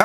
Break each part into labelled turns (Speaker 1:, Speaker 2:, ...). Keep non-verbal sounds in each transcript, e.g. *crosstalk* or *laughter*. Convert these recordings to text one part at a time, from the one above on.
Speaker 1: อ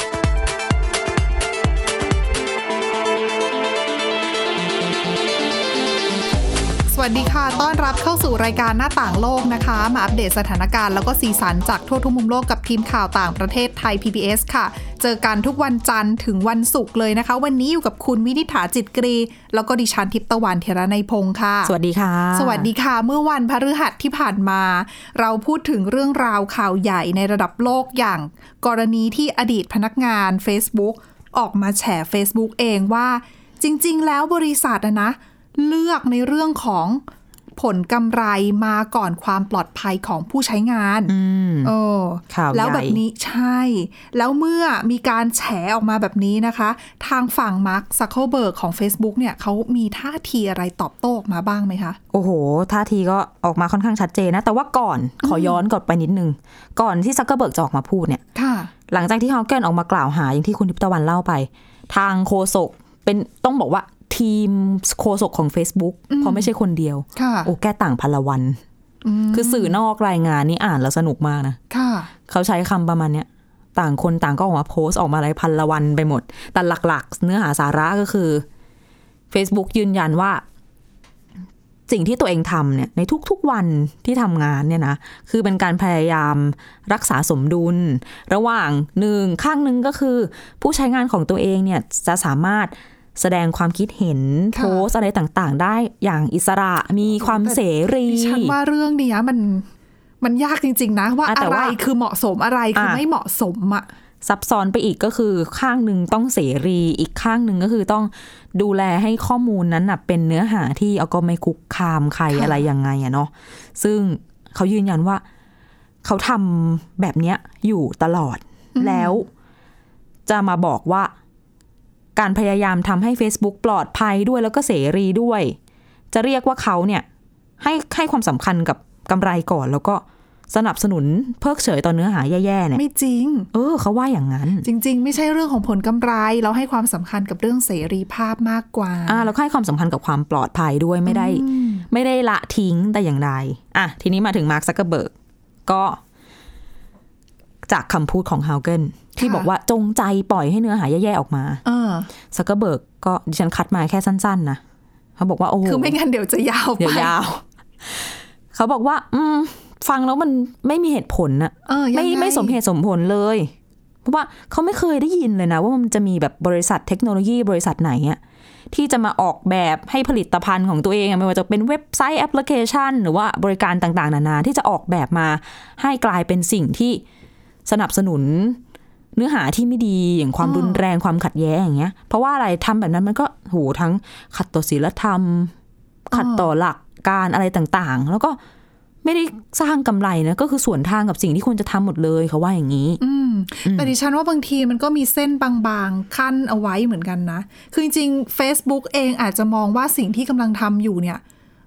Speaker 2: สวัสดีค่ะ ต้อนรับเข้าสู่รายการหน้าต่างโลกนะคะ มาอัปเดตสถานการณ์แล้วก็สีสันจากทั่วทุกมุมโลกกับทีมข่าวต่างประเทศไทย PBS ค่ะ เจอกันทุกวันจันทร์ถึงวันศุกร์เลยนะคะ วันนี้อยู่กับคุณวินิษฐาจิตกรี แล้วก็ดิฉันทิพย์ตะวันเทระในยพงค์ค่ะ
Speaker 3: สวัสดีค่ะ
Speaker 2: สวัสดีค่ะ เมื่อวันพฤหัสที่ผ่านมา เราพูดถึงเรื่องราวข่าวใหญ่ในระดับโลกอย่าง กรณีที่อดีตพนักงาน Facebook ออกมาแฉ Facebook เองว่า จริง ๆ แล้วบริษัทอะนะ เลือกในเรื่องของผลกำไรมาก่อนความปลอดภัยของผู้ใช้งาน
Speaker 3: อืม
Speaker 2: เออ
Speaker 3: ข่าวใหญ่
Speaker 2: แล้วแบบนี้ใช่ แล้วเมื่อมีการแฉออกมาแบบนี้นะคะ ทางฝั่งมาร์คซักเคเบิร์กของ Facebook เนี่ยเขามีท่าทีอะไรตอบโต้ออกมาบ้างไหมคะ
Speaker 3: โอ้โห ท่าทีก็ออกมาค่อนข้างชัดเจนนะ แต่ว่าก่อน ขอย้อนก่อนไปนิดนึง ก่อนที่ซักเกอร์เบิร์กจะออกมาพูดเนี่ย
Speaker 2: ค่ะ
Speaker 3: หลังจากที่ฮาวเกนออกมากล่าวหาอย่างที่คุณทิพย์ตะวันเล่าไป ทางโคศกเป็นต้องบอกว่าทีมโคศกของ Facebook เพราะไม่ใช่คนเดียว
Speaker 2: ค่ะ
Speaker 3: โอ้แก้ต่างพันละวัน คือสื่อนอกรายงานนี่อ่านแล้วสนุกมากนะ
Speaker 2: ค่ะ
Speaker 3: เขาใช้คำประมาณเนี้ยต่างคนต่างก็ออกมาโพสต์ออกมาอะไรพันละวันไปหมด แต่หลักๆ เนื้อหาสาระก็คือ Facebook ยืนยันว่า สิ่งที่ตัวเองทำเนี่ยในทุกๆวันที่ทำงานเนี่ยนะ คือเป็นการพยายามรักษาสมดุล ระหว่างหนึ่งข้างหนึ่งก็คือ ผู้ใช้งานของตัวเองเนี่ยจะสามารถแสดงความคิดเห็น
Speaker 2: ค่ะ
Speaker 3: โพสต์อะไรต่างๆ ได้อย่างอิสระมีความเสรี
Speaker 2: ดิฉันว่าเรื่องเนี้ยมันมันยากจริง ๆ นะ ว่า
Speaker 3: อ่ะ
Speaker 2: อะ
Speaker 3: แต่
Speaker 2: ไร
Speaker 3: ว่า
Speaker 2: คือเหมาะสมอะไรคืออะ ไม่เหมาะสมอะ
Speaker 3: ซับซ้อนไปอีกก็คือข้างหนึ่งต้องเสรี อีกข้างหนึ่งก็คือต้องดูแลให้ข้อมูลนั้นนะเป็นเนื้อหาที่เอาก็ไม่คุกคามใครอะไรยังไงอะเนาะซึ่งเขายืนยันว่า เขาทำแบบเนี้ยอยู่ตลอด แล้วจะมาบอกว่า การพยายามทำให้ Facebook ปลอดภัยด้วยแล้วก็เสรีด้วย จะเรียกว่าเขาเนี่ยให้ให้ความสำคัญกับกำไรก่อน แล้วก็สนับสนุนเพิกเฉยต่อเนื้อหาแย่ๆเนี่ย
Speaker 2: ไม่จริง
Speaker 3: เออเขาว่าอย่างนั้น
Speaker 2: จริง ๆ ไม่ใช่เรื่องของผลกำไร เราให้ความสำคัญกับเรื่องเสรีภาพมากกว่า
Speaker 3: อ่าแล้วก็ให้ความสำคัญกับความปลอดภัยด้วยไม่ได้ ไม่ได้ละทิ้งแต่อย่างใดอ่ะทีนี้มาถึงมาร์คซักเกอร์เบิร์กก็ จากคำพูดของฮาวเกนที่
Speaker 2: ค่ะ
Speaker 3: บอกว่าจงใจปล่อยให้เนื้อหาแย่ๆออกมา
Speaker 2: เออ
Speaker 3: ซักเกอร์เบิร์กก็ดิฉันคัดมาแค่สั้นๆนะเขาบอกว่าโอ้โห
Speaker 2: คือไม่งั้นเดี๋ยวจะยาวไป
Speaker 3: เดี๋ยวยาว เขาบอกว่า อืม ฟังแล้วมันไม่มีเหตุผลน่ะ
Speaker 2: เออยัง
Speaker 3: ไม่
Speaker 2: ง
Speaker 3: ไม่สมเหตุสมผลเลย เพราะว่าเขาไม่เคยได้ยินเลยนะ ว่ามันจะมีแบบบริษัทเทคโนโลยีบริษัทไหนอะที่จะมาออกแบบให้ผลิตภัณฑ์ของตัวเองอะไม่ว่าจะเป็นเว็บไซต์แอปพลิเคชัน หรือว่าบริการต่างๆ นานาที่จะออกแบบมาให้กลายเป็นสิ่งที่สนับสนุน เนื้อหาที่ไม่ดีอย่างความรุนแรงความขัดแย้งอย่างเงี้ย เพราะว่าอะไรทำแบบนั้นมันก็โหทั้งขัดต่อศีลธรรม ขัดต่อหลักการอะไรต่างๆ แล้วก็ไม่ได้สร้างกำไรนะก็คือส่วนทางกับสิ่งที่ควรจะทำหมดเลยเขาว่าอย่างนี้
Speaker 2: อืมแต่ดิฉันว่าบางทีมันก็มีเส้นบางๆขั้นเอาไว้เหมือนกันนะ คือจริงๆ Facebook เองอาจจะมองว่าสิ่งที่กำลังทำอยู่เนี่ย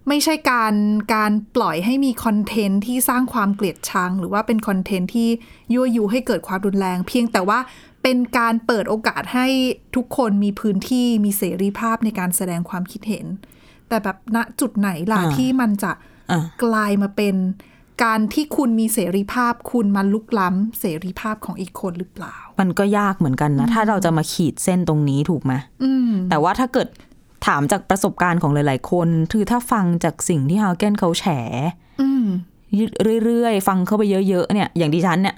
Speaker 2: ไม่ใช่การการปล่อยให้มีคอนเทนต์ที่สร้างความเกลียดชัง หรือว่าเป็นคอนเทนต์ที่ยั่วยุให้เกิดความรุนแรง เพียงแต่ว่าเป็นการเปิดโอกาสให้ทุกคนมีพื้นที่มีเสรีภาพในการแสดงความคิดเห็น แต่แบบณจุดไหนล่ะ
Speaker 3: อ่า
Speaker 2: ที่มันจะ
Speaker 3: อ่า
Speaker 2: กลายมาเป็นการที่คุณมีเสรีภาพ คุณมาลุกล้ำเสรีภาพของอีกคนหรือเปล่า
Speaker 3: มันก็ยากเหมือนกันนะ ถ้าเราจะมาขีดเส้นตรงนี้ถูกไหม
Speaker 2: อืม
Speaker 3: แต่ว่าถ้าเกิดถามจากประสบการณ์ของหลาย ๆ คนคือถ้าฟังจากสิ่งที่ฮาวเกนเขาแฉ
Speaker 2: อืม
Speaker 3: เรื่อยๆ ฟังเข้าไปเยอะๆ เนี่ย อย่างดิฉันเนี่ย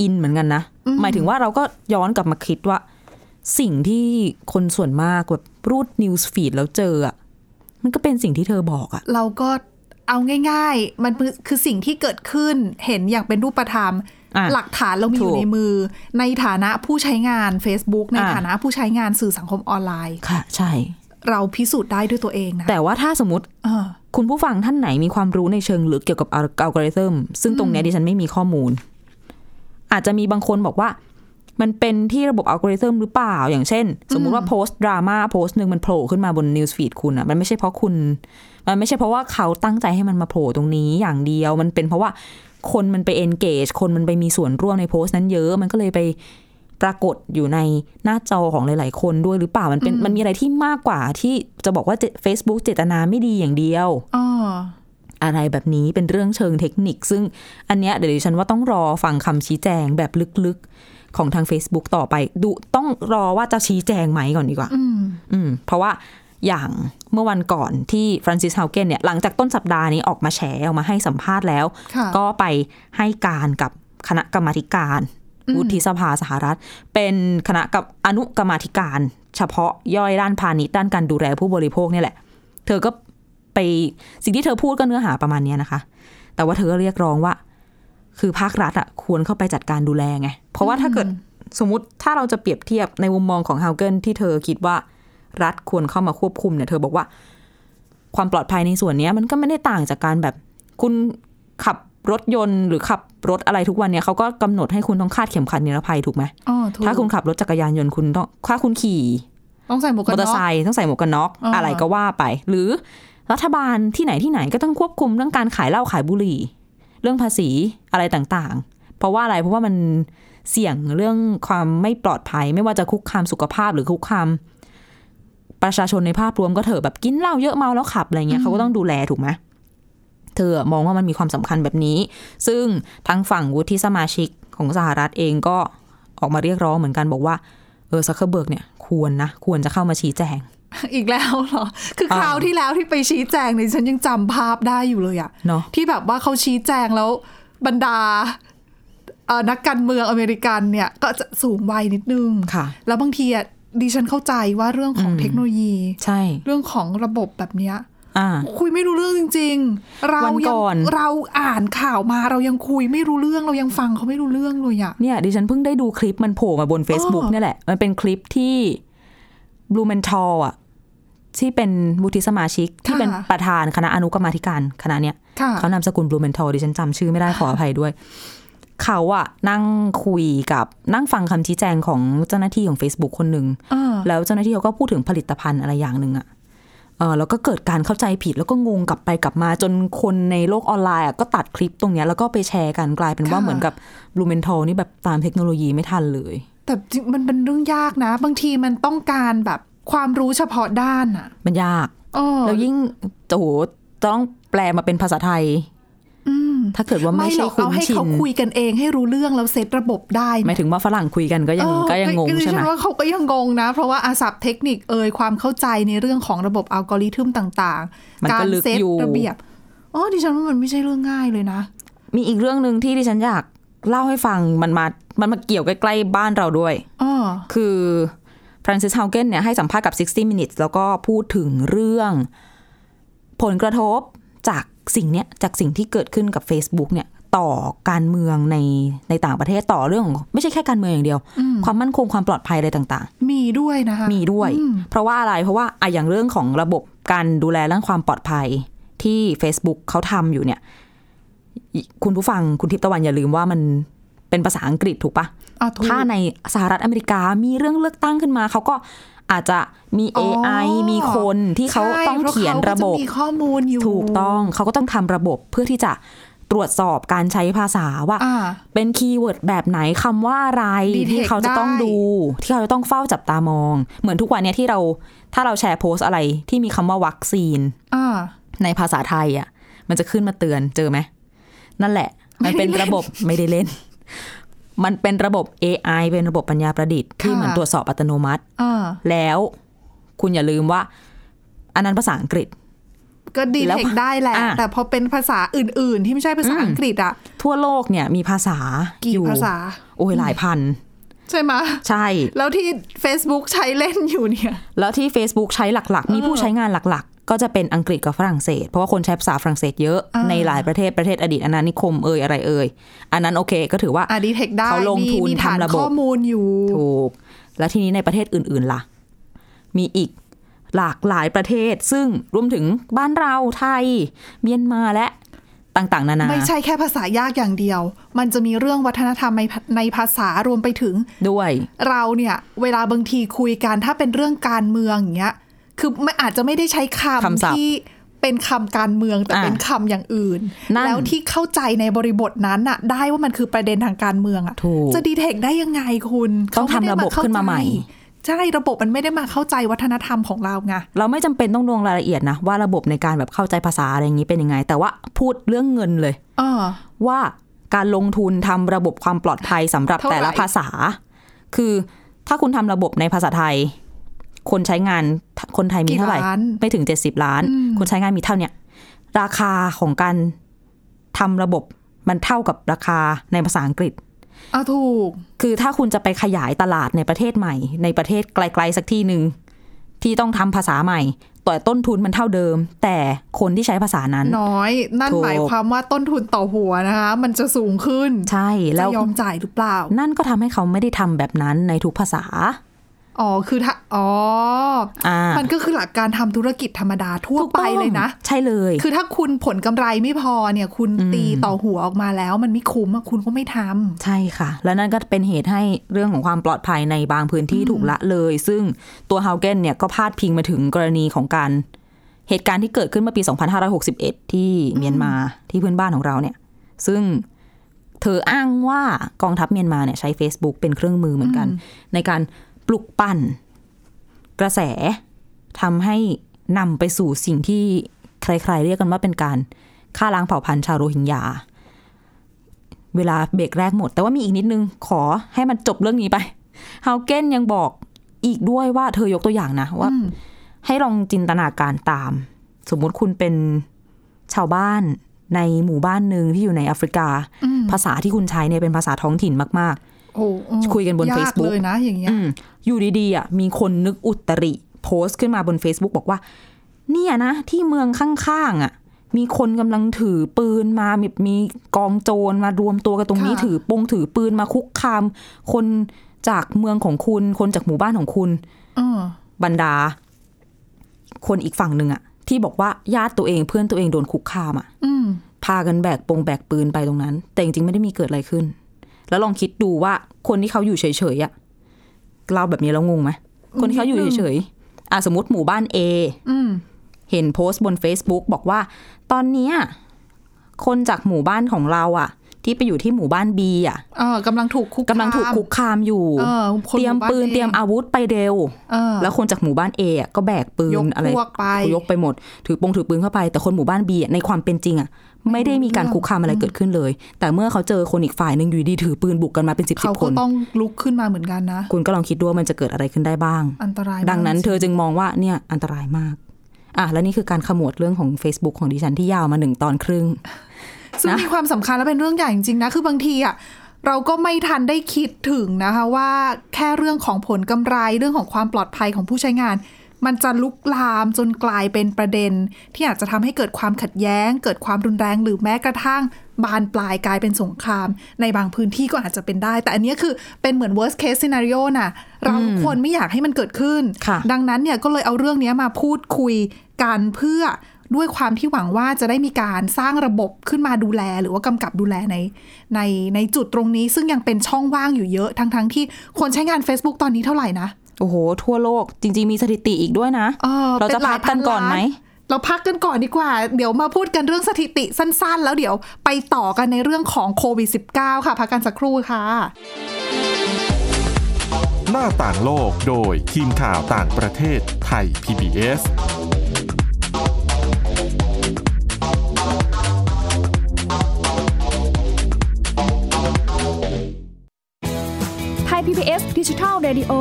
Speaker 3: อินเหมือนกันนะ หมายถึงว่าเราก็ย้อนกลับมาคิดว่า สิ่งที่คนส่วนมากแบบรูดนิวส์ฟีดแล้วเจออะมันก็เป็นสิ่งที่เธอบอกอะ
Speaker 2: เราก็เอาง่ายๆ มันคือคือสิ่งที่เกิดขึ้นเห็นอย่างเป็นรูปธรรม
Speaker 3: อ่ะ
Speaker 2: หลักฐานเรามีอ
Speaker 3: ถู
Speaker 2: ยู่
Speaker 3: ก
Speaker 2: ในมือ ในฐานะผู้ใช้งาน Facebook ใน
Speaker 3: อ่ะ
Speaker 2: ฐานะผู้ใช้งานสื่อสังคมออนไลน์
Speaker 3: ค่ะ ใช่
Speaker 2: เราพิสูจน์ได้ด้วยตัวเองนะ
Speaker 3: แต่ว่าถ้าสมมติ
Speaker 2: เออ
Speaker 3: คุณผู้ฟังท่านไหนมีความรู้ในเชิงลึกเกี่ยวกับอัลกอริทึมซึ่งตรงเนี้ยดิฉันไม่มีข้อมูล อาจจะมีบางคนบอกว่า มันเป็นที่ระบบอัลกอริทึมหรือเปล่า อย่างเช่น สมมุติว่าโพสต์ดราม่าโพสต์หนึ่งมันโผล่ขึ้นมาบนนิวส์ฟีดคุณอะมันไม่ใช่เพราะคุณ มันไม่ใช่เพราะว่าเขาตั้งใจให้มันมาโผล่ตรงนี้อย่างเดียว มันเป็นเพราะว่าคนมันไป engage คนมันไปมีส่วนร่วมในโพสต์นั้นเยอะ มันก็เลยไป ปรากฏอยู่ในหน้าจอของหลายๆ คนด้วยหรือเปล่ามันเป็นมันมีอะไรที่มากกว่าที่จะบอกว่าเจ Facebook เจตนาไม่ดีอย่างเดียว
Speaker 2: อ๋อ
Speaker 3: อะไรแบบนี้เป็นเรื่องเชิงเทคนิค ซึ่งอันเนี้ยเดี๋ยวดิฉันว่าต้องรอฟังคำชี้แจงแบบลึกๆ ของทาง Facebook ต่อไป ดูต้องรอว่าจะชี้แจงไหมก่อนดีกว่า
Speaker 2: อืม
Speaker 3: อืมเพราะว่าอย่างเมื่อวันก่อนที่ฟรานซิสฮาวเกนเนี่ยหลังจากต้นสัปดาห์นี้ออกมาแฉออกมาให้สัมภาษณ์แล้ว
Speaker 2: ค่ะ
Speaker 3: ก็ไปให้การกับคณะกรรมาธิการ วุฒิสภาสหรัฐ เป็นคณะกับอนุกรรมาธิการ เฉพาะย่อยด้านพาณิชย์ด้านการดูแลผู้บริโภคเนี่ยแหละ เธอก็ไปสิ่งที่เธอพูดก็เนื้อหาประมาณเนี้ยนะคะ แต่ว่าเธอก็เรียกร้องว่า คือภาครัฐอ่ะควรเข้าไปจัดการดูแลไง เพราะว่าถ้าเกิดสมมติถ้าเราจะเปรียบเทียบในมุมมองของฮาวเกิลที่เธอคิดว่ารัฐควรเข้ามาควบคุมเนี่ยเธอบอกว่า ความปลอดภัยในส่วนเนี้ยมันก็ไม่ได้ต่างจากการแบบคุณขับรถยนต์หรือขับรถอะไรทุกวันเนี่ยเขาก็กำหนดให้คุณต้องคาดเข็มขัดนิรภัยถูกไหม
Speaker 2: อ๋อถูก
Speaker 3: ถ้าคุณขับรถจักรยานยนต์คุณต้องถ้าคุณขี่
Speaker 2: ต้องใส่หมวก
Speaker 3: ม
Speaker 2: กัน
Speaker 3: อเตอร์
Speaker 2: น็อก
Speaker 3: ไซค์ต้องใส่หมวกกันน็อก
Speaker 2: อ่า
Speaker 3: อะไรก็ว่าไป หรือรัฐบาลที่ไหนที่ไหนก็ต้องควบคุมเรื่องการขายเหล้าขายบุหรี่ เรื่องภาษีอะไรต่างๆ เพราะว่าอะไรเพราะว่ามันเสี่ยงเรื่องความไม่ปลอดภัย ไม่ว่าจะคุกคามสุขภาพหรือคุกคามประชาชนในภาพรวมก็เถอะแบบกินเหล้าเยอะเมาแล้วขับอะไรเงี้ยเขาก็ต้องดูแลถูกไหมเธอมองว่ามันมีความสำคัญแบบนี้ ซึ่งทางฝั่งวุฒิสมาชิกของสหรัฐเองก็ออกมาเรียกร้องเหมือนกันบอกว่าเออซักเคอร์เบิร์กเนี่ยควรนะควรจะเข้ามาชี้แจง
Speaker 2: *laughs* อีกแล้วเหรอ คือ
Speaker 3: อ่า
Speaker 2: คราวที่แล้วที่ไปชี้แจงเนี่ยฉันยังจำภาพได้อยู่เลยอะ
Speaker 3: เนาะ
Speaker 2: ที่แบบว่าเขาชี้แจงแล้วบรรดาเอ่อนักการเมืองอเมริกันเนี่ย ก็จะสูงวัยนิดนึง
Speaker 3: ค่ะ
Speaker 2: แล้วบางทีอ่ะดิฉันเข้าใจว่าเรื่องของเทคโนโลยี
Speaker 3: ใช่
Speaker 2: เรื่องของระบบแบบเนี้ย
Speaker 3: อ่า
Speaker 2: คุยไม่รู้เรื่องจริง ๆ เรา
Speaker 3: วัน
Speaker 2: ยั
Speaker 3: ก่อน
Speaker 2: เราอ่านข่าวมาเรายังคุยไม่รู้เรื่องเรายังฟังเขาไม่รู้เรื่องเลยอ่ะ
Speaker 3: เนี่ยดิฉันเพิ่งได้ดูคลิปมันโผล่มาบน Facebook
Speaker 2: อ้อ
Speaker 3: เนี่ยแหละ มันเป็นคลิปที่บลูเมนทอลอ่ะ ที่เป็นบุติสมาชิก ที่เป็นประธานคณะอนุกรรมาธิการคณะเนี้ย
Speaker 2: ค่ะ
Speaker 3: เขานามสกุลบลูเมนทอลดิฉันจำชื่อไม่ได้ ขออภัยด้วย เขาอะนั่งคุยกับนั่งฟังคำชี้แจงของเจ้าหน้าที่ของ Facebook คนหนึ่ง
Speaker 2: อ่า
Speaker 3: แล้วเจ้าหน้าที่เขาก็พูดถึงผลิตภัณฑ์อะไรอย่างหนึ่งอะเออแล้วก็เกิดการเข้าใจผิดแล้วก็งงกลับไปกลับมาจนคนในโลกออนไลน์อะก็ตัดคลิปตรงเนี้ยแล้วก็ไปแชร์กันกลายเป็นว่าเหมือนกับบลูเมนทอลนี่แบบตามเทคโนโลยีไม่ทันเลย
Speaker 2: แต่จริงมันเป็นเรื่องยากนะ บางทีมันต้องการแบบความรู้เฉพาะด้านอ่ะ
Speaker 3: มันยาก
Speaker 2: อ้อ
Speaker 3: แล้วยิ่งโอ้โหต้องแปลมาเป็นภาษาไทย
Speaker 2: อืม
Speaker 3: ถ้าเกิดว่า
Speaker 2: ไม่
Speaker 3: ไม่
Speaker 2: หร
Speaker 3: ใช่
Speaker 2: อก
Speaker 3: คุ้
Speaker 2: เอา
Speaker 3: น
Speaker 2: ให้
Speaker 3: ชิ
Speaker 2: เขา
Speaker 3: น
Speaker 2: คุยกันเองให้รู้เรื่องแล้วเซตระบบได้
Speaker 3: หมายถึงว่าฝรั่งคุยกันก็ยัง
Speaker 2: เออ
Speaker 3: ก็ยังงง
Speaker 2: ก็ดิ
Speaker 3: ใช่ไหม
Speaker 2: ฉันว่าเขาก็ยังงงนะ เพราะว่าอาศัพท์เทคนิคเอ่ยความเข้าใจในเรื่องของระบบอัลกอริทึมต่าง
Speaker 3: มัน
Speaker 2: ๆ
Speaker 3: ก็
Speaker 2: การ
Speaker 3: ลึก
Speaker 2: เซต
Speaker 3: อยู่
Speaker 2: ระเบียบอ๋อดิฉันว่ามันไม่ใช่เรื่องง่ายเลยนะ
Speaker 3: มีอีกเรื่องหนึ่งที่ดิฉันอยากเล่าให้ฟังมันมา มันมาเกี่ยวใกล้ๆบ้านเราด้วย
Speaker 2: อ้อ
Speaker 3: คือฟรานซิสฮาวเกนเนี่ยให้สัมภาษณ์กับ 60 minutes แล้วก็พูดถึงเรื่อง ผลกระทบจากสิ่งเนี้ยจากสิ่งที่เกิดขึ้นกับ Facebook เนี่ยต่อการเมืองในในต่างประเทศต่อเรื่องของไม่ใช่แค่การเมืองอย่างเดียว
Speaker 2: อืม
Speaker 3: ความมั่นคงความปลอดภัยอะไรต่าง ๆ
Speaker 2: มีด้วยนะคะ
Speaker 3: มีด้วย
Speaker 2: อืม
Speaker 3: เพราะว่าอะไร เพราะว่าอะอย่างเรื่องของระบบการดูแลเรื่องความปลอดภัยที่ Facebook เขาทำอยู่เนี่ย คุณผู้ฟังคุณทิพย์ตะวันอย่าลืมว่ามันเป็นภาษาอังกฤษถูกปะ
Speaker 2: อ่ะถูก
Speaker 3: ถ้าในสหรัฐอเมริกามีเรื่องเลือกตั้งขึ้นมา เขาก็อาจจะมี
Speaker 2: อ๋อ
Speaker 3: AI มีคนที่เขา
Speaker 2: ใช่
Speaker 3: ต้องเขียนระบบ
Speaker 2: เพาเขาก็จมีข้อมูลอยู่
Speaker 3: ถูกต้องเขาก็ต้องทำระบบเพื่อที่จะตรวจสอบการใช้ภาษาว่า
Speaker 2: อ่า
Speaker 3: เป็นคีย์เวิร์ดแบบไหนคำว่าอะไร
Speaker 2: Detect
Speaker 3: ที่เขาจะต้องดู ที่เขาจะต้องเฝ้าจับตามอง เหมือนทุกวันเนี่ยที่เราถ้าเราแชร์โพสต์อะไรที่มีคำว่าวัคซีน
Speaker 2: อ่า
Speaker 3: ในภาษาไทยอ่ะ มันจะขึ้นมาเตือนเจอไหม นั่นแหละ มันเป็น
Speaker 2: ไม่ได้เล่น
Speaker 3: ระ
Speaker 2: *laughs*
Speaker 3: บบไม่ได้เล่น มันเป็นระบบ AI เป็นระบบปัญญาประดิษฐ์ที่
Speaker 2: ค่ะ
Speaker 3: เหมือนตรวจสอบอัตโนมัติ
Speaker 2: อ่า
Speaker 3: แล้วคุณอย่าลืมว่า อันนั้นภาษาอังกฤษ
Speaker 2: ก็ดี
Speaker 3: แล้ว
Speaker 2: เทคได้แหละ
Speaker 3: อ่ะ
Speaker 2: แต่พอเป็นภาษาอื่น ๆ ที่ไม่ใช่ภาษาอังกฤษอ่ะ
Speaker 3: ทั่วโลกเนี่ยมีภาษา
Speaker 2: กี่
Speaker 3: อยู่
Speaker 2: ภาษา
Speaker 3: โอ้ยหลายพัน
Speaker 2: ใช่ไหมะ
Speaker 3: ใช่
Speaker 2: แล้วที่ Facebook ใช้เล่นอยู่เนี่ย
Speaker 3: แล้วที่ Facebook ใช้หลักๆ มีผู้ใช้งานหลักๆ ก็จะเป็นอังกฤษกับฝรั่งเศส เพราะว่าคนใช้ภาษาฝรั่งเศสเยอะ
Speaker 2: อ่า
Speaker 3: ในหลายประเทศประเทศอดีตอาณานิคมเอ่ยอะไรเอ่ยอันนั้นโอเคก็ถือว่า
Speaker 2: อ่ะดีเทคได้
Speaker 3: เขาลงทุน
Speaker 2: มีมีฐาน
Speaker 3: ทำระบบ
Speaker 2: ข้อมูลอยู่
Speaker 3: ถูก แล้วทีนี้ในประเทศอื่นๆล่ะ มีอีกหลากหลายประเทศ ซึ่งรวมถึงบ้านเราไทย เมียนมาและต่างๆ นานา
Speaker 2: ไม่ใช่แค่ภาษายากอย่างเดียว มันจะมีเรื่องวัฒนธรรมในในภาษารวมไปถึง
Speaker 3: ด้วย
Speaker 2: เราเนี่ย เวลาบางทีคุยกันถ้าเป็นเรื่องการเมืองอย่างเงี้ย คือไม่อาจจะไม่ได้ใช้ค
Speaker 3: คำศั
Speaker 2: ำ
Speaker 3: พท์
Speaker 2: ที่ เป็นคำการเมืองแต่
Speaker 3: อ่า
Speaker 2: เป็นคำอย่างอื่น
Speaker 3: นั่น
Speaker 2: แล้วที่เข้าใจในบริบทนั้นน่ะ ได้ว่ามันคือประเด็นทางการเมืองอะ
Speaker 3: ถูก
Speaker 2: จะดีเทคได้ยังไงคุณ
Speaker 3: ต้องทำระบบขึ้นมาใหม่
Speaker 2: ใช่ระบบมันไม่ได้มาเข้าใจวัฒนธรรมของเราไง
Speaker 3: เราไม่จำเป็นต้องลงรายละเอียดนะ ว่าระบบในการแบบเข้าใจภาษาอะไรอย่างนี้เป็นยังไง แต่ว่าพูดเรื่องเงินเลย
Speaker 2: อ่า
Speaker 3: ว่าการลงทุนทำระบบความปลอดภัยสำหรับ
Speaker 2: เท่าไหร่
Speaker 3: แต่ละภาษา คือถ้าคุณทำระบบในภาษาไทย คนใช้งานคนไทยมี
Speaker 2: กี่
Speaker 3: เท่าไหร่
Speaker 2: ล้าน
Speaker 3: ไม่ถึง 70 ล้าน
Speaker 2: อืม
Speaker 3: คนใช้งานมีเท่าเนี้ยราคาของการทำระบบมันเท่ากับราคาในภาษาอังกฤษ
Speaker 2: อ่ะถูก
Speaker 3: คือถ้าคุณจะไปขยายตลาดในประเทศใหม่ ในประเทศไกลๆสักที่หนึ่งที่ต้องทำภาษาใหม่แต่ต้นทุนมันเท่าเดิม แต่คนที่ใช้ภาษานั้น
Speaker 2: น้อย นั่น
Speaker 3: ถูก
Speaker 2: หมายความว่าต้นทุนต่อหัวนะคะ มันจะสูงขึ้น
Speaker 3: ใช่แล้ว
Speaker 2: จะยอมจ่ายหรือเปล่า
Speaker 3: นั่นก็ทำให้เขาไม่ได้ทำแบบนั้นในทุกภาษา
Speaker 2: อ๋อ คือถ้า อ๋อ
Speaker 3: อ่า
Speaker 2: มันก็คือหลักการทำธุรกิจธรรมดาทั่ว
Speaker 3: ถูก
Speaker 2: ไป
Speaker 3: ต้อง
Speaker 2: เลยนะ
Speaker 3: ใช่เลย
Speaker 2: คือถ้าคุณผลกำไรไม่พอเนี่ย คุณตีต่อหัวออกมาแล้ว มันไม่คุ้มอะคุณก็ไม่ทำ
Speaker 3: ใช่ค่ะ แล้วนั่นก็เป็นเหตุให้เรื่องของความปลอดภัยในบางพื้นที่ถูกละเลย ซึ่งตัวฮาวเกนเนี่ยก็พาดพิงมาถึงกรณีของการ เหตุการณ์ที่เกิดขึ้นเมื่อปี 2561 ที่เมียนมาที่เพื่อนบ้านของเราเนี่ย ซึ่งเธออ้างว่ากองทัพเมียนมาเนี่ยใช้ Facebook เป็นเครื่องมือเหมือนกัน ในการปลุกปั่น กระแสทำให้นำไปสู่สิ่งที่ใครๆ เรียกกันว่าเป็นการฆ่าล้างเผ่าพันธุ์ชาวโรฮิงญา เวลาเบรกแรกหมด แต่ว่ามีอีกนิดนึงขอให้มันจบเรื่องนี้ไปฮาวเกนยังบอกอีกด้วยว่าเธอยกตัวอย่างนะว่า ให้ลองจินตนาการตาม สมมุติคุณเป็นชาวบ้านในหมู่บ้านหนึ่งที่อยู่ในแอฟริกา ภาษาที่คุณใช้เนี่ยเป็นภาษาท้องถิ่นมาก
Speaker 2: โอ้อืม
Speaker 3: คุยกันบน
Speaker 2: ยาก
Speaker 3: Facebook
Speaker 2: เลยนะอย่าง
Speaker 3: ๆ
Speaker 2: เงี้ย
Speaker 3: อืมอยู่ดีๆอ่ะมีคนนึกอุตริ โพสต์ขึ้นมาบน Facebook บอกว่า เนี่ยนะ ที่เมืองข้างๆอ่ะ มีคนกำลังถือปืนมามีมีกองโจรมารวมตัวกันตรงนี้
Speaker 2: ค่ะ
Speaker 3: ถือปงถือปืนมาคุกคาม คนจากเมืองของคุณ คนจากหมู่บ้านของคุณ
Speaker 2: อืม
Speaker 3: บรรดา คนอีกฝั่งหนึ่งอะที่บอกว่าญาติตัวเองเพื่อนตัวเองโดนคุกคามอะ
Speaker 2: อืม
Speaker 3: พากันแบกปงแบกปืนไปตรงนั้น แต่จริงๆไม่ได้มีเกิดอะไรขึ้น แล้วลองคิดดูว่าคนที่เขาอยู่เฉยๆอะเราแบบนี้แล้วงงไหมคนที่เขาอยู่เฉยๆอ่ะสมมติหมู่บ้าน A
Speaker 2: อืม
Speaker 3: เห็นโพสต์บน Facebook บอกว่า ตอนเนี้ยคนจากหมู่บ้านของเราอะที่ไปอยู่ที่หมู่บ้าน B อะ
Speaker 2: เออกำลังถูกคุก
Speaker 3: กำลังถูกคุกคามอยู่
Speaker 2: เออคน
Speaker 3: เตรียม
Speaker 2: หบ้า
Speaker 3: ปืนเตรีย
Speaker 2: อ
Speaker 3: ม
Speaker 2: ง
Speaker 3: อาวุธไปเร็ว
Speaker 2: เออ
Speaker 3: แล้วคนจากหมู่บ้าน A อ่ะก็แบกปื
Speaker 2: ยก
Speaker 3: นอะไร
Speaker 2: พวกไป
Speaker 3: ยกไปหมด ถือปงถือปืนเข้าไป แต่คนหมู่บ้าน B อ่ะในความเป็นจริงอ่ะไม่ได้มีการคุกคามอะไรเกิดขึ้นเลย แต่เมื่อเขาเจอคนอีกฝ่ายหนึ่งอยู่ดีถือปืนบุกกันมาเป็นสิบสิ
Speaker 2: เขา
Speaker 3: บค
Speaker 2: ก็
Speaker 3: น
Speaker 2: ต้องลุกขึ้นมาเหมือนกันนะ
Speaker 3: คุณก็ลองคิดดูว่ามันจะเกิดอะไรขึ้นได้บ้าง
Speaker 2: อันตรายมาก
Speaker 3: ดังนั้นเธอจึงมองว่าเนี่ยอันตรายมากอ่ะและนี่คือการขมวดเรื่องของ Facebook ของดิฉันที่ยาวมาหนึ่งตอนครึ่ง
Speaker 2: ซึ่ง
Speaker 3: นะ
Speaker 2: มีความสำคัญและเป็นเรื่องใหญ่จริงๆนะ คือบางทีอ่ะเราก็ไม่ทันได้คิดถึงนะคะว่าแค่เรื่องของผลกำไรเรื่องของความปลอดภัยของผู้ใช้งาน มันจะลุกลามจนกลายเป็นประเด็น ที่อาจจะทำให้เกิดความขัดแย้ง เกิดความรุนแรงหรือแม้กระทั่งบานปลายกลายเป็นสงคราม ในบางพื้นที่ก็อาจจะเป็นได้ แต่อันเนี้ยคือเป็นเหมือน worst case scenario น่ะเราควรไม่อยากให้มันเกิดขึ้น
Speaker 3: ค่ะ
Speaker 2: ดังนั้นเนี่ยก็เลยเอาเรื่องเนี้ยมาพูดคุยกันเพื่อด้วยความที่หวังว่าจะได้มีการสร้างระบบขึ้นมาดูแล หรือว่ากำกับดูแลในในในจุดตรงนี้ ซึ่งยังเป็นช่องว่างอยู่เยอะทั้งทั้งที่คนใช้งาน Facebook ตอนนี้เท่าไหร่นะ
Speaker 3: โอ้โห ทั่วโลกจริง ๆมีสถิติอีกด้วยนะ
Speaker 2: ออ
Speaker 3: เราจะ
Speaker 2: ป็หลย
Speaker 3: พักกันก่อนไหม
Speaker 2: ล้าเราพักกันก่อนดีกว่า เดี๋ยวมาพูดกันเรื่องสถิติสั้นๆ แล้วเดี๋ยวไปต่อกันในเรื่องของโควิด -19 ค่ะพักกันสักครู่ค่ะ
Speaker 1: หน้าต่างโลกโดยทีมข่าวต่างประเทศไทย PBS
Speaker 4: ไทย PBS ดิจิทัล Radio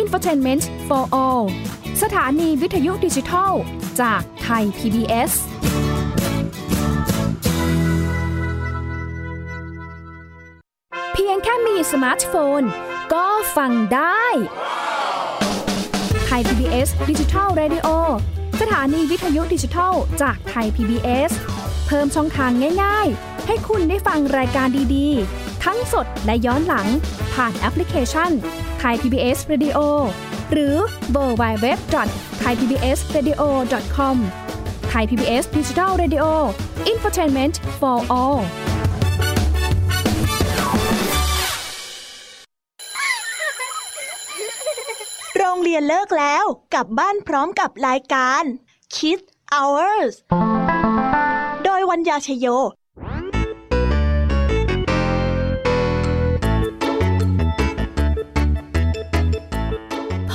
Speaker 4: Infotainment for All สถานีวิทยุดิจิทัลจากไทย PBS เพียงแค่มีสมาร์ทโฟน ก็ฟังได้ไทย PBS ดิจิทัล Radio สถานีวิทยุดิจิทัลจากไทย PBS เพิ่มช่องทางง่ายๆ ให้คุณได้ฟังรายการดีๆ ทั้งสดและย้อนหลัง ผ่านแอปพลิเคชันไทย PBS Radio หรือเวอร์ไบเว็บไทยพีบีเอสเรดิโอ .com ไทย PBS ดิจิทัล Radio Infotainment for all
Speaker 5: โรงเรียนเลิกแล้วกลับบ้านพร้อมกับรายการ Kids hours โดยวัญญาชยโย
Speaker 6: พ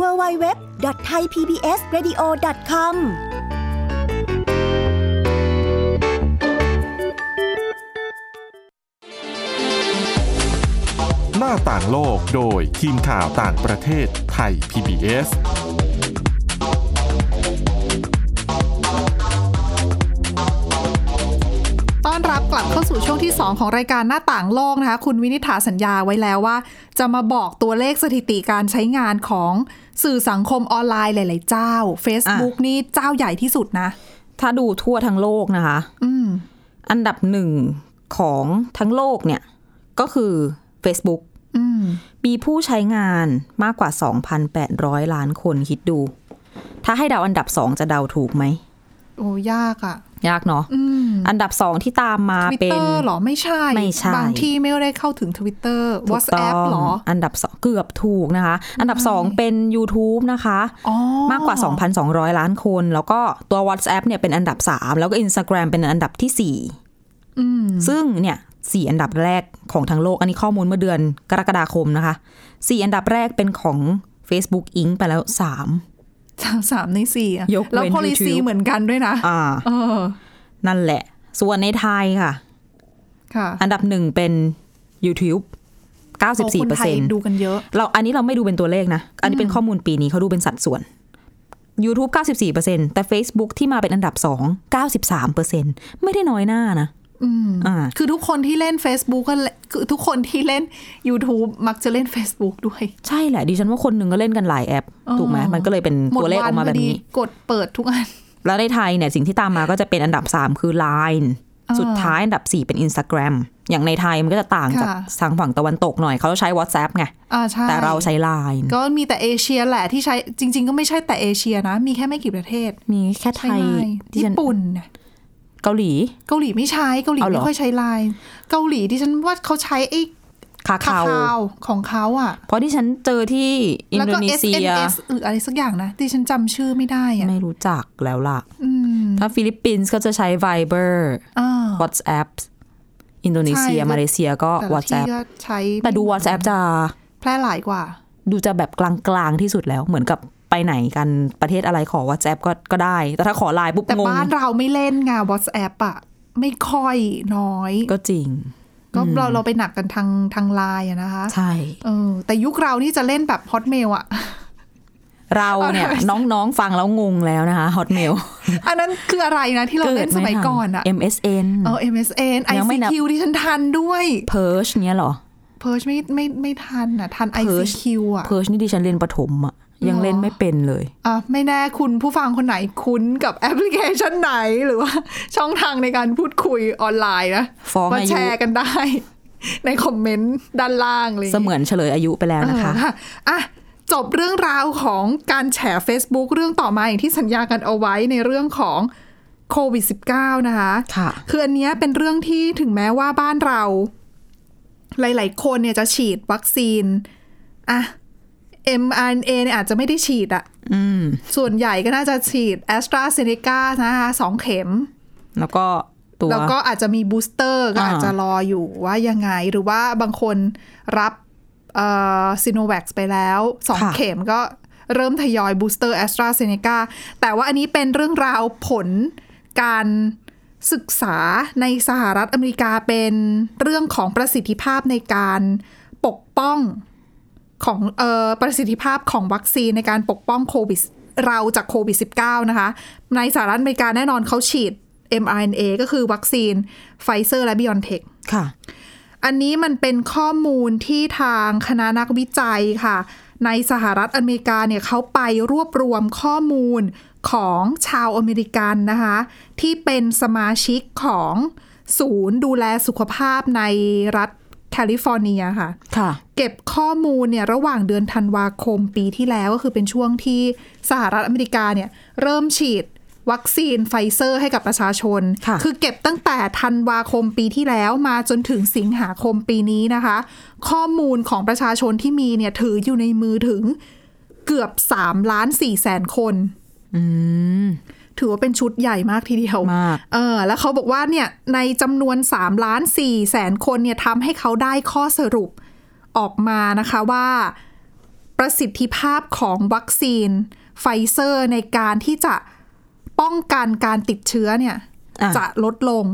Speaker 6: www.thaipbsradio.com
Speaker 1: หน้าต่างโลกโดยทีมข่าวต่างประเทศไทย PBS
Speaker 2: ต้อนรับกลับเข้าสู่ช่วงที่ 2 ของรายการหน้าต่างโลกนะคะ คุณวินิษฐาสัญญาไว้แล้วว่า จะมาบอกตัวเลขสถิติการใช้งานของสื่อสังคมออนไลน์หลาย ๆ เจ้า Facebook นี่เจ้าใหญ่ที่สุดนะ
Speaker 3: ถ้าดูทั่วทั้งโลกนะคะ
Speaker 2: อืม
Speaker 3: อันดับหนึ่งของทั้งโลกเนี่ย ก็คือ Facebook
Speaker 2: อืม
Speaker 3: มีผู้ใช้งานมากกว่า 2,800 ล้านคนคิดดู ถ้าให้เดาอันดับสองจะเดาถูกไหม
Speaker 2: โอ้ยากอะ่ะ
Speaker 3: ยากเนาะ
Speaker 2: อืม
Speaker 3: อันดับสองที่ตามมา
Speaker 2: ทวิต
Speaker 3: เป็
Speaker 2: เต
Speaker 3: น
Speaker 2: อร์หรอไม่ใช่
Speaker 3: ไม่ใช่
Speaker 2: บางที่ไม่ได้เข้าถึง Twitter
Speaker 3: ถูกต้
Speaker 2: WhatsApp หรอ
Speaker 3: อันดับสองเกือบถูกนะคะ อันดับสองเป็น YouTube นะคะ
Speaker 2: อ๋อ
Speaker 3: มากกว่า 2,200 ล้านคน แล้วก็ตัว WhatsApp เนี่ยเป็นอันดับ 3 แล้วก็ Instagram เป็นอันดับทีสี่
Speaker 2: อืม
Speaker 3: 4 ซึ่งเนี่ยสอันดับแรกของทั้งโลก อันนี้ข้อมูลเมื่อเดือนกรกฎาคมนะคะ 4 อันดับแรกเป็นของ Facebook Inc. ไปแล้ว 3
Speaker 2: สามสามในสี่อะ
Speaker 3: ยก
Speaker 2: แล้ว
Speaker 3: เว้น
Speaker 2: พ o l i c y
Speaker 3: YouTube
Speaker 2: เหมือนกันด้วยนะ
Speaker 3: อ่า
Speaker 2: เออ
Speaker 3: นั่นแหละ ส่วนในไทยค่ะ
Speaker 2: ค่ะ
Speaker 3: อันดับหนึ่งเป็น YouTube
Speaker 2: คนไทยดู
Speaker 3: 94%
Speaker 2: กันเยอะ
Speaker 3: เราอันนี้เราไม่ดูเป็นตัวเลขนะ อันนี้เป็นข้อมูลปีนี้เขาดูเป็นสัดส่วน YouTube 94%แต่ Facebook ที่มาเป็นอันดับ 2 93%ไม่ได้น้อยหน้านะ
Speaker 2: อืม
Speaker 3: อ่า
Speaker 2: คือทุกคนที่เล่น Facebook ก็เลคือทุกคนที่เล่น YouTube มักจะเล่น Facebook ด้วย
Speaker 3: ใช่แหละ ดิฉันว่าคนหนึ่งก็เล่นกันหลายแอป
Speaker 2: อ๋อ
Speaker 3: ถูกไหมมันก็เลยเป็นตัวเลขออกมาแบบนี้
Speaker 2: หดวัพดีกดเปิดทุกอัน *laughs*
Speaker 3: แล้วในไทยเนี่ยสิ่งที่ตามมาก็จะเป็นอันดับ 3 คือ Line
Speaker 2: อ่า
Speaker 3: สุดท้ายอันดับ 4 เป็น Instagram อย่างในไทยมันก็จะต่างจาก
Speaker 2: ค่ะ
Speaker 3: ทางฝั่งตะวันตกหน่อยเขาใช้ WhatsApp ไง
Speaker 2: อ่าใช่
Speaker 3: แต่เราใช้ Line
Speaker 2: ก็มีแต่เอเชียแหละที่ใช้จริง ๆ ก็ไม่ใช่แต่เอเชียนะ มีแค่ไม่กี่ประเทศ
Speaker 3: มีแค่ไท
Speaker 2: ใช้
Speaker 3: ย
Speaker 2: ไลน์
Speaker 3: ที่
Speaker 2: ญี่
Speaker 3: ฉัน
Speaker 2: ปุ่นน่ะ
Speaker 3: เกาหลี
Speaker 2: เกาหลีไม่ใช้เกาหลี
Speaker 3: เอาเหรอ
Speaker 2: ไม่ค่อยใช้ไลน์เกาหลีที่ฉันว่าเขาใช้ไอ้
Speaker 3: คา
Speaker 2: คา
Speaker 3: คาว
Speaker 2: คาวของเขาอ่ะ
Speaker 3: เพราะที่ฉันเจอที่อิน
Speaker 2: แล้ว
Speaker 3: โด
Speaker 2: ก็
Speaker 3: นีเซีย
Speaker 2: SNS หรืออะไรสักอย่างนะที่ฉันจำชื่อไม่ได้อ่ะ
Speaker 3: ไม่รู้จักแล้วล่ะ
Speaker 2: อืม
Speaker 3: ถ้าฟิลิปปินส์ก็จะใช้ Viber
Speaker 2: อ่า
Speaker 3: WhatsApp อินโดนีเซีย
Speaker 2: ใช่
Speaker 3: มาเลเซียก็
Speaker 2: แต่ละที่
Speaker 3: WhatsApp
Speaker 2: ก็ใช้
Speaker 3: แต่ดู WhatsApp จะ
Speaker 2: แพร่หลายกว่า
Speaker 3: ดูจะแบบกลางๆที่สุดแล้วเหมือนกับไปไหนกันประเทศอะไรขอ WhatsApp ก็ก็ได้ แต่ถ้าขอไลน์ปุ๊บ
Speaker 2: แต่
Speaker 3: งง
Speaker 2: บ้านเราไม่เล่นไง WhatsApp อะไม่ค่อยน้อย
Speaker 3: ก็จริง
Speaker 2: ก็เราเราไปหนักกันทางทางไลน์อะนะคะ
Speaker 3: ใช่
Speaker 2: เออแต่ยุคเรานี่จะเล่นแบบ Hotmail
Speaker 3: *laughs*
Speaker 2: อะ
Speaker 3: เราเนี่ย น้องๆฟังแล้วงงแล้วนะคะ Hotmail
Speaker 2: อันนั้นคืออะไรนะ *laughs* ที่เราเล่นสมัย
Speaker 3: กิดไทั
Speaker 2: ก่อนอะ
Speaker 3: MSN
Speaker 2: เออ MSN
Speaker 3: ยังไม่นับ
Speaker 2: ICQ ที่ฉันทันด้วย
Speaker 3: Perch เนี้ยเหรอ
Speaker 2: Perch ไม่ไม่ไม่ทันอะทัน
Speaker 3: Perch
Speaker 2: ICQ อะ
Speaker 3: Perch นี่ดิฉันเรียนประถมอะยังเล่นไม่เป็นเลย
Speaker 2: อ่ะไม่แน่คุณผู้ฟังคนไหนคุ้นกับ *laughs* แอปพลิเคชันไหนหรือว่า ช่องทางในการพูดคุยออนไลน์นะ
Speaker 3: ฟ้อง
Speaker 2: มา
Speaker 3: อายุ
Speaker 2: แชร์กันได้ *laughs* ในคอมเมนต์ด้านล่างเลยาง
Speaker 3: เส
Speaker 2: งี้
Speaker 3: มือนเฉลยอายุไปแล้วนะคะ
Speaker 2: เอออ่ะ จบเรื่องราวของการแฉ Facebook เรื่องต่อมาอย่างที่สัญญากันเอาไว้ในเรื่องของโควิด -19 นะคะ
Speaker 3: ค่ะ
Speaker 2: คืออันเนี้ยเป็นเรื่องที่ถึงแม้ว่าบ้านเรา หลาย ๆ คนเนี่ยจะฉีดวัคซีนอ่ะ mRNA เนี่ยอาจจะไม่ได้ฉีดอะส่วนใหญ่ก็น่าจะฉีด a s t r a z เซ e c a นะคะสองเข็ม
Speaker 3: แล้วก็ตัว
Speaker 2: แล้วก็อาจจะมีบูสเตอร์ก็
Speaker 3: อ่า
Speaker 2: อาจจะรออยู่ว่ายังไง หรือว่าบางคนรับซีโนแวคไปแล้วสองเข็มก็เริ่มทยอยบูสเตอร์แอสตราเซเนกาแต่ว่าอันนี้เป็นเรื่องราวผลการศึกษาในสหรัฐอเมริกาเป็นเรื่องของประสิทธิภาพในการปกป้องของเออประสิทธิภาพของวัคซีนในการปกป้องโควิดเราจากโควิด -19 นะคะ ในสหรัฐอเมริกาแน่นอนเขาฉีด mRNA ก็คือวัคซีนไฟเซอร์และ BioNTech
Speaker 3: ค่ะ
Speaker 2: อันนี้มันเป็นข้อมูลที่ทางคณะนักวิจัยค่ะ ในสหรัฐอเมริกาเนี่ยเขาไปรวบรวมข้อมูล ของชาวอเมริกันนะคะ ที่เป็นสมาชิกของศูนย์ดูแลสุขภาพในรัฐแคลิฟอร์เนียค่ะ
Speaker 3: ค่ะ
Speaker 2: เก็บข้อมูลเนี่ยระหว่างเดือนธันวาคมปีที่แล้วก็คือเป็นช่วงที่สหรัฐอเมริกาเนี่ยเริ่มฉีดวัคซีนไฟเซอร์ให้กับประชาชน
Speaker 3: ค่ะ
Speaker 2: อเก็บตั้งแต่ธันวาคมปีที่แล้วมาจนถึงสิงหาคมปีนี้นะคะ ข้อมูลของประชาชนที่มีเนี่ยถืออยู่ในมือถึงเกือบ3ล้าน4แสนคน
Speaker 3: อืม
Speaker 2: ถือว่าเป็นชุดใหญ่มากทีเดียว
Speaker 3: มาก
Speaker 2: เออ แล้วเขาบอกว่าเนี่ยในจำนวน 3 ล้าน4แสนคนเนี่ยทำให้เขาได้ข้อสรุปออกมานะคะว่าประสิทธิภาพของวัคซีนไฟเซอร์ในการที่จะป้องกันการติดเชื้อเนี่ย
Speaker 3: อ่ะ
Speaker 2: จะลดลง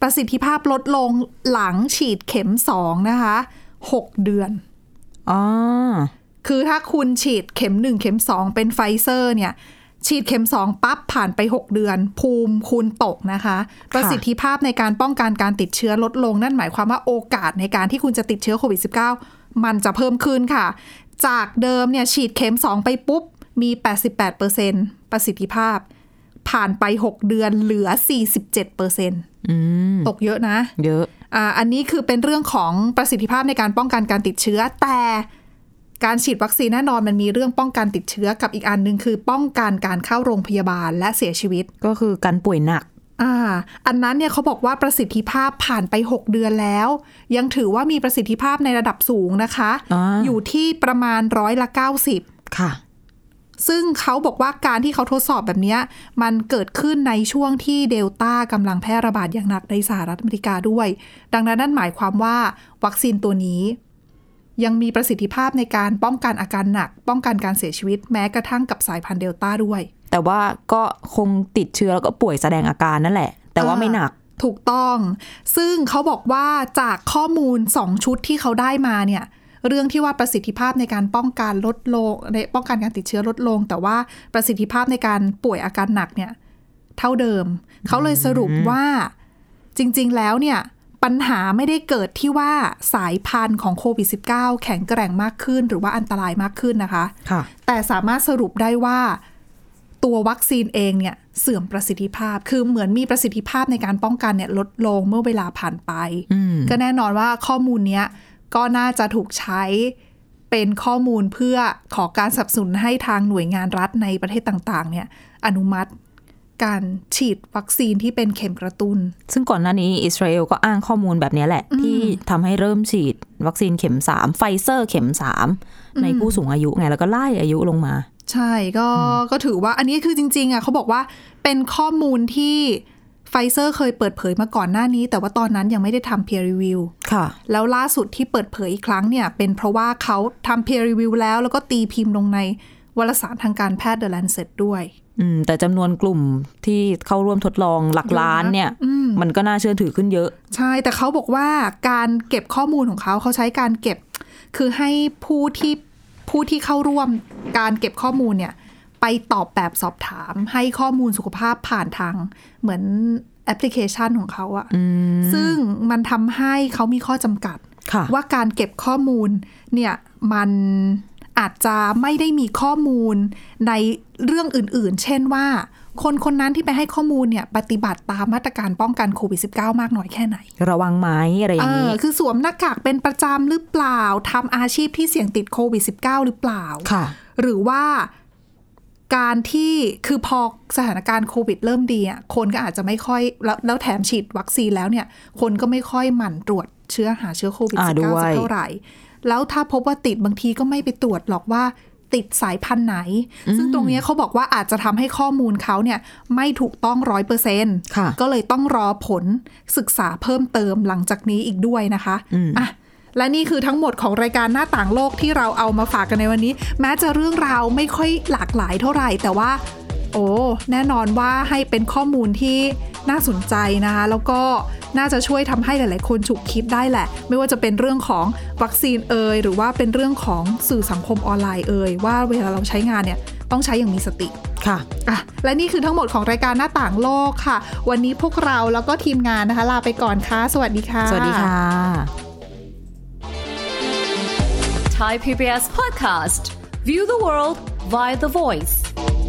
Speaker 2: ประสิทธิภาพลดลงหลังฉีดเข็ม 2 นะคะ 6 เดือน
Speaker 3: อ๋อ
Speaker 2: คือถ้าคุณฉีดเข็ม 1 เข็ม 2 เป็นไฟเซอร์เนี่ย ฉีดเข็ม 2 ปั๊บผ่านไป 6 เดือน ภูมิคุณตกนะคะ ประสิทธิภาพในการป้องกันการติดเชื้อลดลง นั่นหมายความว่าโอกาสในการที่คุณจะติดเชื้อโควิด -19 มันจะเพิ่มขึ้นค่ะ จากเดิมเนี่ยฉีดเข็ม 2 ไปปุ๊บ มี 88%ประสิทธิภาพ ผ่านไป 6 เดือนเหลือ 47%
Speaker 3: อืม
Speaker 2: ตกเยอะนะ
Speaker 3: เยอะ
Speaker 2: อ่าอันนี้คือเป็นเรื่องของประสิทธิภาพในการป้องกันการติดเชื้อ แต่การฉีดวัคซีนแน่นอนมันมีเรื่องป้องกันติดเชื้อกับอีกอันหนึงคือป้องกันการเข้าโรงพยาบาลและเสียชีวิต
Speaker 3: ก็คือการป่วยหนัก
Speaker 2: อ่าอันนั้นเนี่ยเขาบอกว่าประสิทธิภาพผ่านไป 6 เดือนแล้ว ยังถือว่ามีประสิทธิภาพในระดับสูงนะคะ
Speaker 3: อ่า
Speaker 2: ยู่ที่ประมาณร้อยละ 90
Speaker 3: ค่ะ
Speaker 2: ซึ่งเขาบอกว่าการที่เขาทดสอบแบบเนี้ยมันเกิดขึ้นในช่วงที่เดลต้ากำลังแพร่ระบาดอย่างหนักในสหรัฐอเมริกาด้วย ดังนั้นนั่นหมายความว่าวัคซีนตัวนี้ ยังมีประสิทธิภาพในการป้องกันอาการหนัก ป้องกันการเสียชีวิตแม้กระทั่งกับสายพันธุ์เดลต้าด้วย
Speaker 3: แต่ว่าก็คงติดเชื้อแล้วก็ป่วยแสดงอาการนั่นแหละ แต่ว่าไม่หนัก
Speaker 2: ถูกต้อง ซึ่งเขาบอกว่าจากข้อมูล 2 ชุดที่เขาได้มาเนี่ย เรื่องที่ว่าประสิทธิภาพในการป้องกันลดลงในป้องกันการติดเชื้อลดลง แต่ว่าประสิทธิภาพในการป่วยอาการหนักเนี่ย เท่าเดิม เขาเลยสรุปว่าจริงๆแล้วเนี่ย ปัญหาไม่ได้เกิดที่ว่าสายพันธุ์ของโควิด -19 แข็งแกร่งมากขึ้น หรือว่าอันตรายมากขึ้นนะคะ
Speaker 3: ค่ะ
Speaker 2: แต่สามารถสรุปได้ว่าตัววัคซีนเองเนี่ยเสื่อมประสิทธิภาพ คือเหมือนมีประสิทธิภาพในการป้องกันเนี่ยลดลงเมื่อเวลาผ่านไป
Speaker 3: อืม
Speaker 2: ก็แน่นอนว่าข้อมูลเนี้ยก็น่าจะถูกใช้เป็นข้อมูลเพื่อขอการสนับสนุนให้ทางหน่วยงานรัฐในประเทศต่างๆเนี่ยอนุมัติการฉีดวัคซีนที่เป็นเข็มกระตุน้น
Speaker 3: ซึ่งก่อนหน้านี้อิสราเอลก็อ้างข้อมูลแบบนี้แหละ ที่ทำให้เริ่มฉีดวัคซีนเข็มสามไฟเซอร์เข็มสามในผู้สูงอายุไงแล้วก็ไล่อายุลงมา
Speaker 2: ใช่ก็ก็ถือว่าอันนี้คือจริงๆอ่ะเขาบอกว่าเป็นข้อมูลที่ไฟเซอร์เคยเปิดเผยมาก่อนหน้านี้ แต่ว่าตอนนั้นยังไม่ได้ทำ peer review
Speaker 3: ค่ะ
Speaker 2: แล้วล่าสุดที่เปิดเผยอีกครั้งเนี่ย เป็นเพราะว่าเขาทำ peer review แล้ว แล้วก็ตีพิมพ์ลงในวารสารทางการแพทย์ The Lancet ด้วย
Speaker 3: อืม แต่จำนวนกลุ่มที่เข้าร่วมทดลองหลักล้านเนี่ย มันก็น่าเชื่อถือขึ้นเยอะ
Speaker 2: ใช่แต่เขาบอกว่าการเก็บข้อมูลของเขาเขาใช้การเก็บ คือให้ผู้ที่ผู้ที่เข้าร่วมการเก็บข้อมูลเนี่ย ไปตอบแบบสอบถาม ให้ข้อมูลสุขภาพผ่านทางเหมือนแอปพลิเคชันของเขาอะซึ่งมันทำให้เขามีข้อจำกัด
Speaker 3: ค่ะ
Speaker 2: ว่าการเก็บข้อมูลเนี่ยมันอาจจะไม่ได้มีข้อมูลในเรื่องอื่นๆ เช่นว่า คนคนนั้นที่ไปให้ข้อมูลเนี่ยปฏิบัติตามมาตรการป้องกันโควิด -19 มากน้อยแค่ไหน
Speaker 3: ระวังไหมอะไรอย่างนี้
Speaker 2: เออคือสวมหน้ากากเป็นประจำหรือเปล่าทำอาชีพที่เสี่ยงติดโควิด -19 หรือเปล่า
Speaker 3: ค่ะ
Speaker 2: หรือว่าการที่คือพอสถานการณ์โควิดเริ่มดีอ่ะคนก็อาจจะไม่ค่อยแล้วแล้วแถมฉีดวัคซีนแล้วเนี่ย คนก็ไม่ค่อยหมั่นตรวจเชื้อหาเชื้อโควิด
Speaker 3: อ่าด้
Speaker 2: -19
Speaker 3: วย
Speaker 2: สักเท่าไหร่ แล้วถ้าพบว่าติดบางทีก็ไม่ไปตรวจหรอกว่าติดสายพันธุ์ไหน ซึ่งตรงเนี้ยเขาบอกว่าอาจจะทำให้ข้อมูลเขาเนี่ยไม่ถูกต้องร้อยเปอร์เซ็นต์
Speaker 3: ค่ะ
Speaker 2: ก็เลยต้องรอผลศึกษาเพิ่มเติมหลังจากนี้อีกด้วยนะคะอ่ะ และนี่คือทั้งหมดของรายการหน้าต่างโลกที่เราเอามาฝากกันในวันนี้ แม้จะเรื่องราวไม่ค่อยหลากหลายเท่าไหร่ แต่ว่า โอ้แน่นอนว่าให้เป็นข้อมูลที่น่าสนใจนะคะแล้วก็น่าจะช่วยทำให้หลาย ๆ คนฉุกคิดได้แหละ ไม่ว่าจะเป็นเรื่องของวัคซีนเอ่ยหรือว่าเป็นเรื่องของสื่อสังคมออนไลน์เอ่ยว่าเวลาเราใช้งานเนี่ยต้องใช้อย่างมีสติ
Speaker 3: ค่ะ
Speaker 2: อ่ะและนี่คือทั้งหมดของรายการหน้าต่างโลกค่ะ วันนี้พวกเราแล้วก็ทีมงานนะคะ ลาไปก่อนค่ะ สวัสดีค่ะ
Speaker 3: สวัสดีค่ะ
Speaker 7: Thai PBS podcast. View the world via the voice.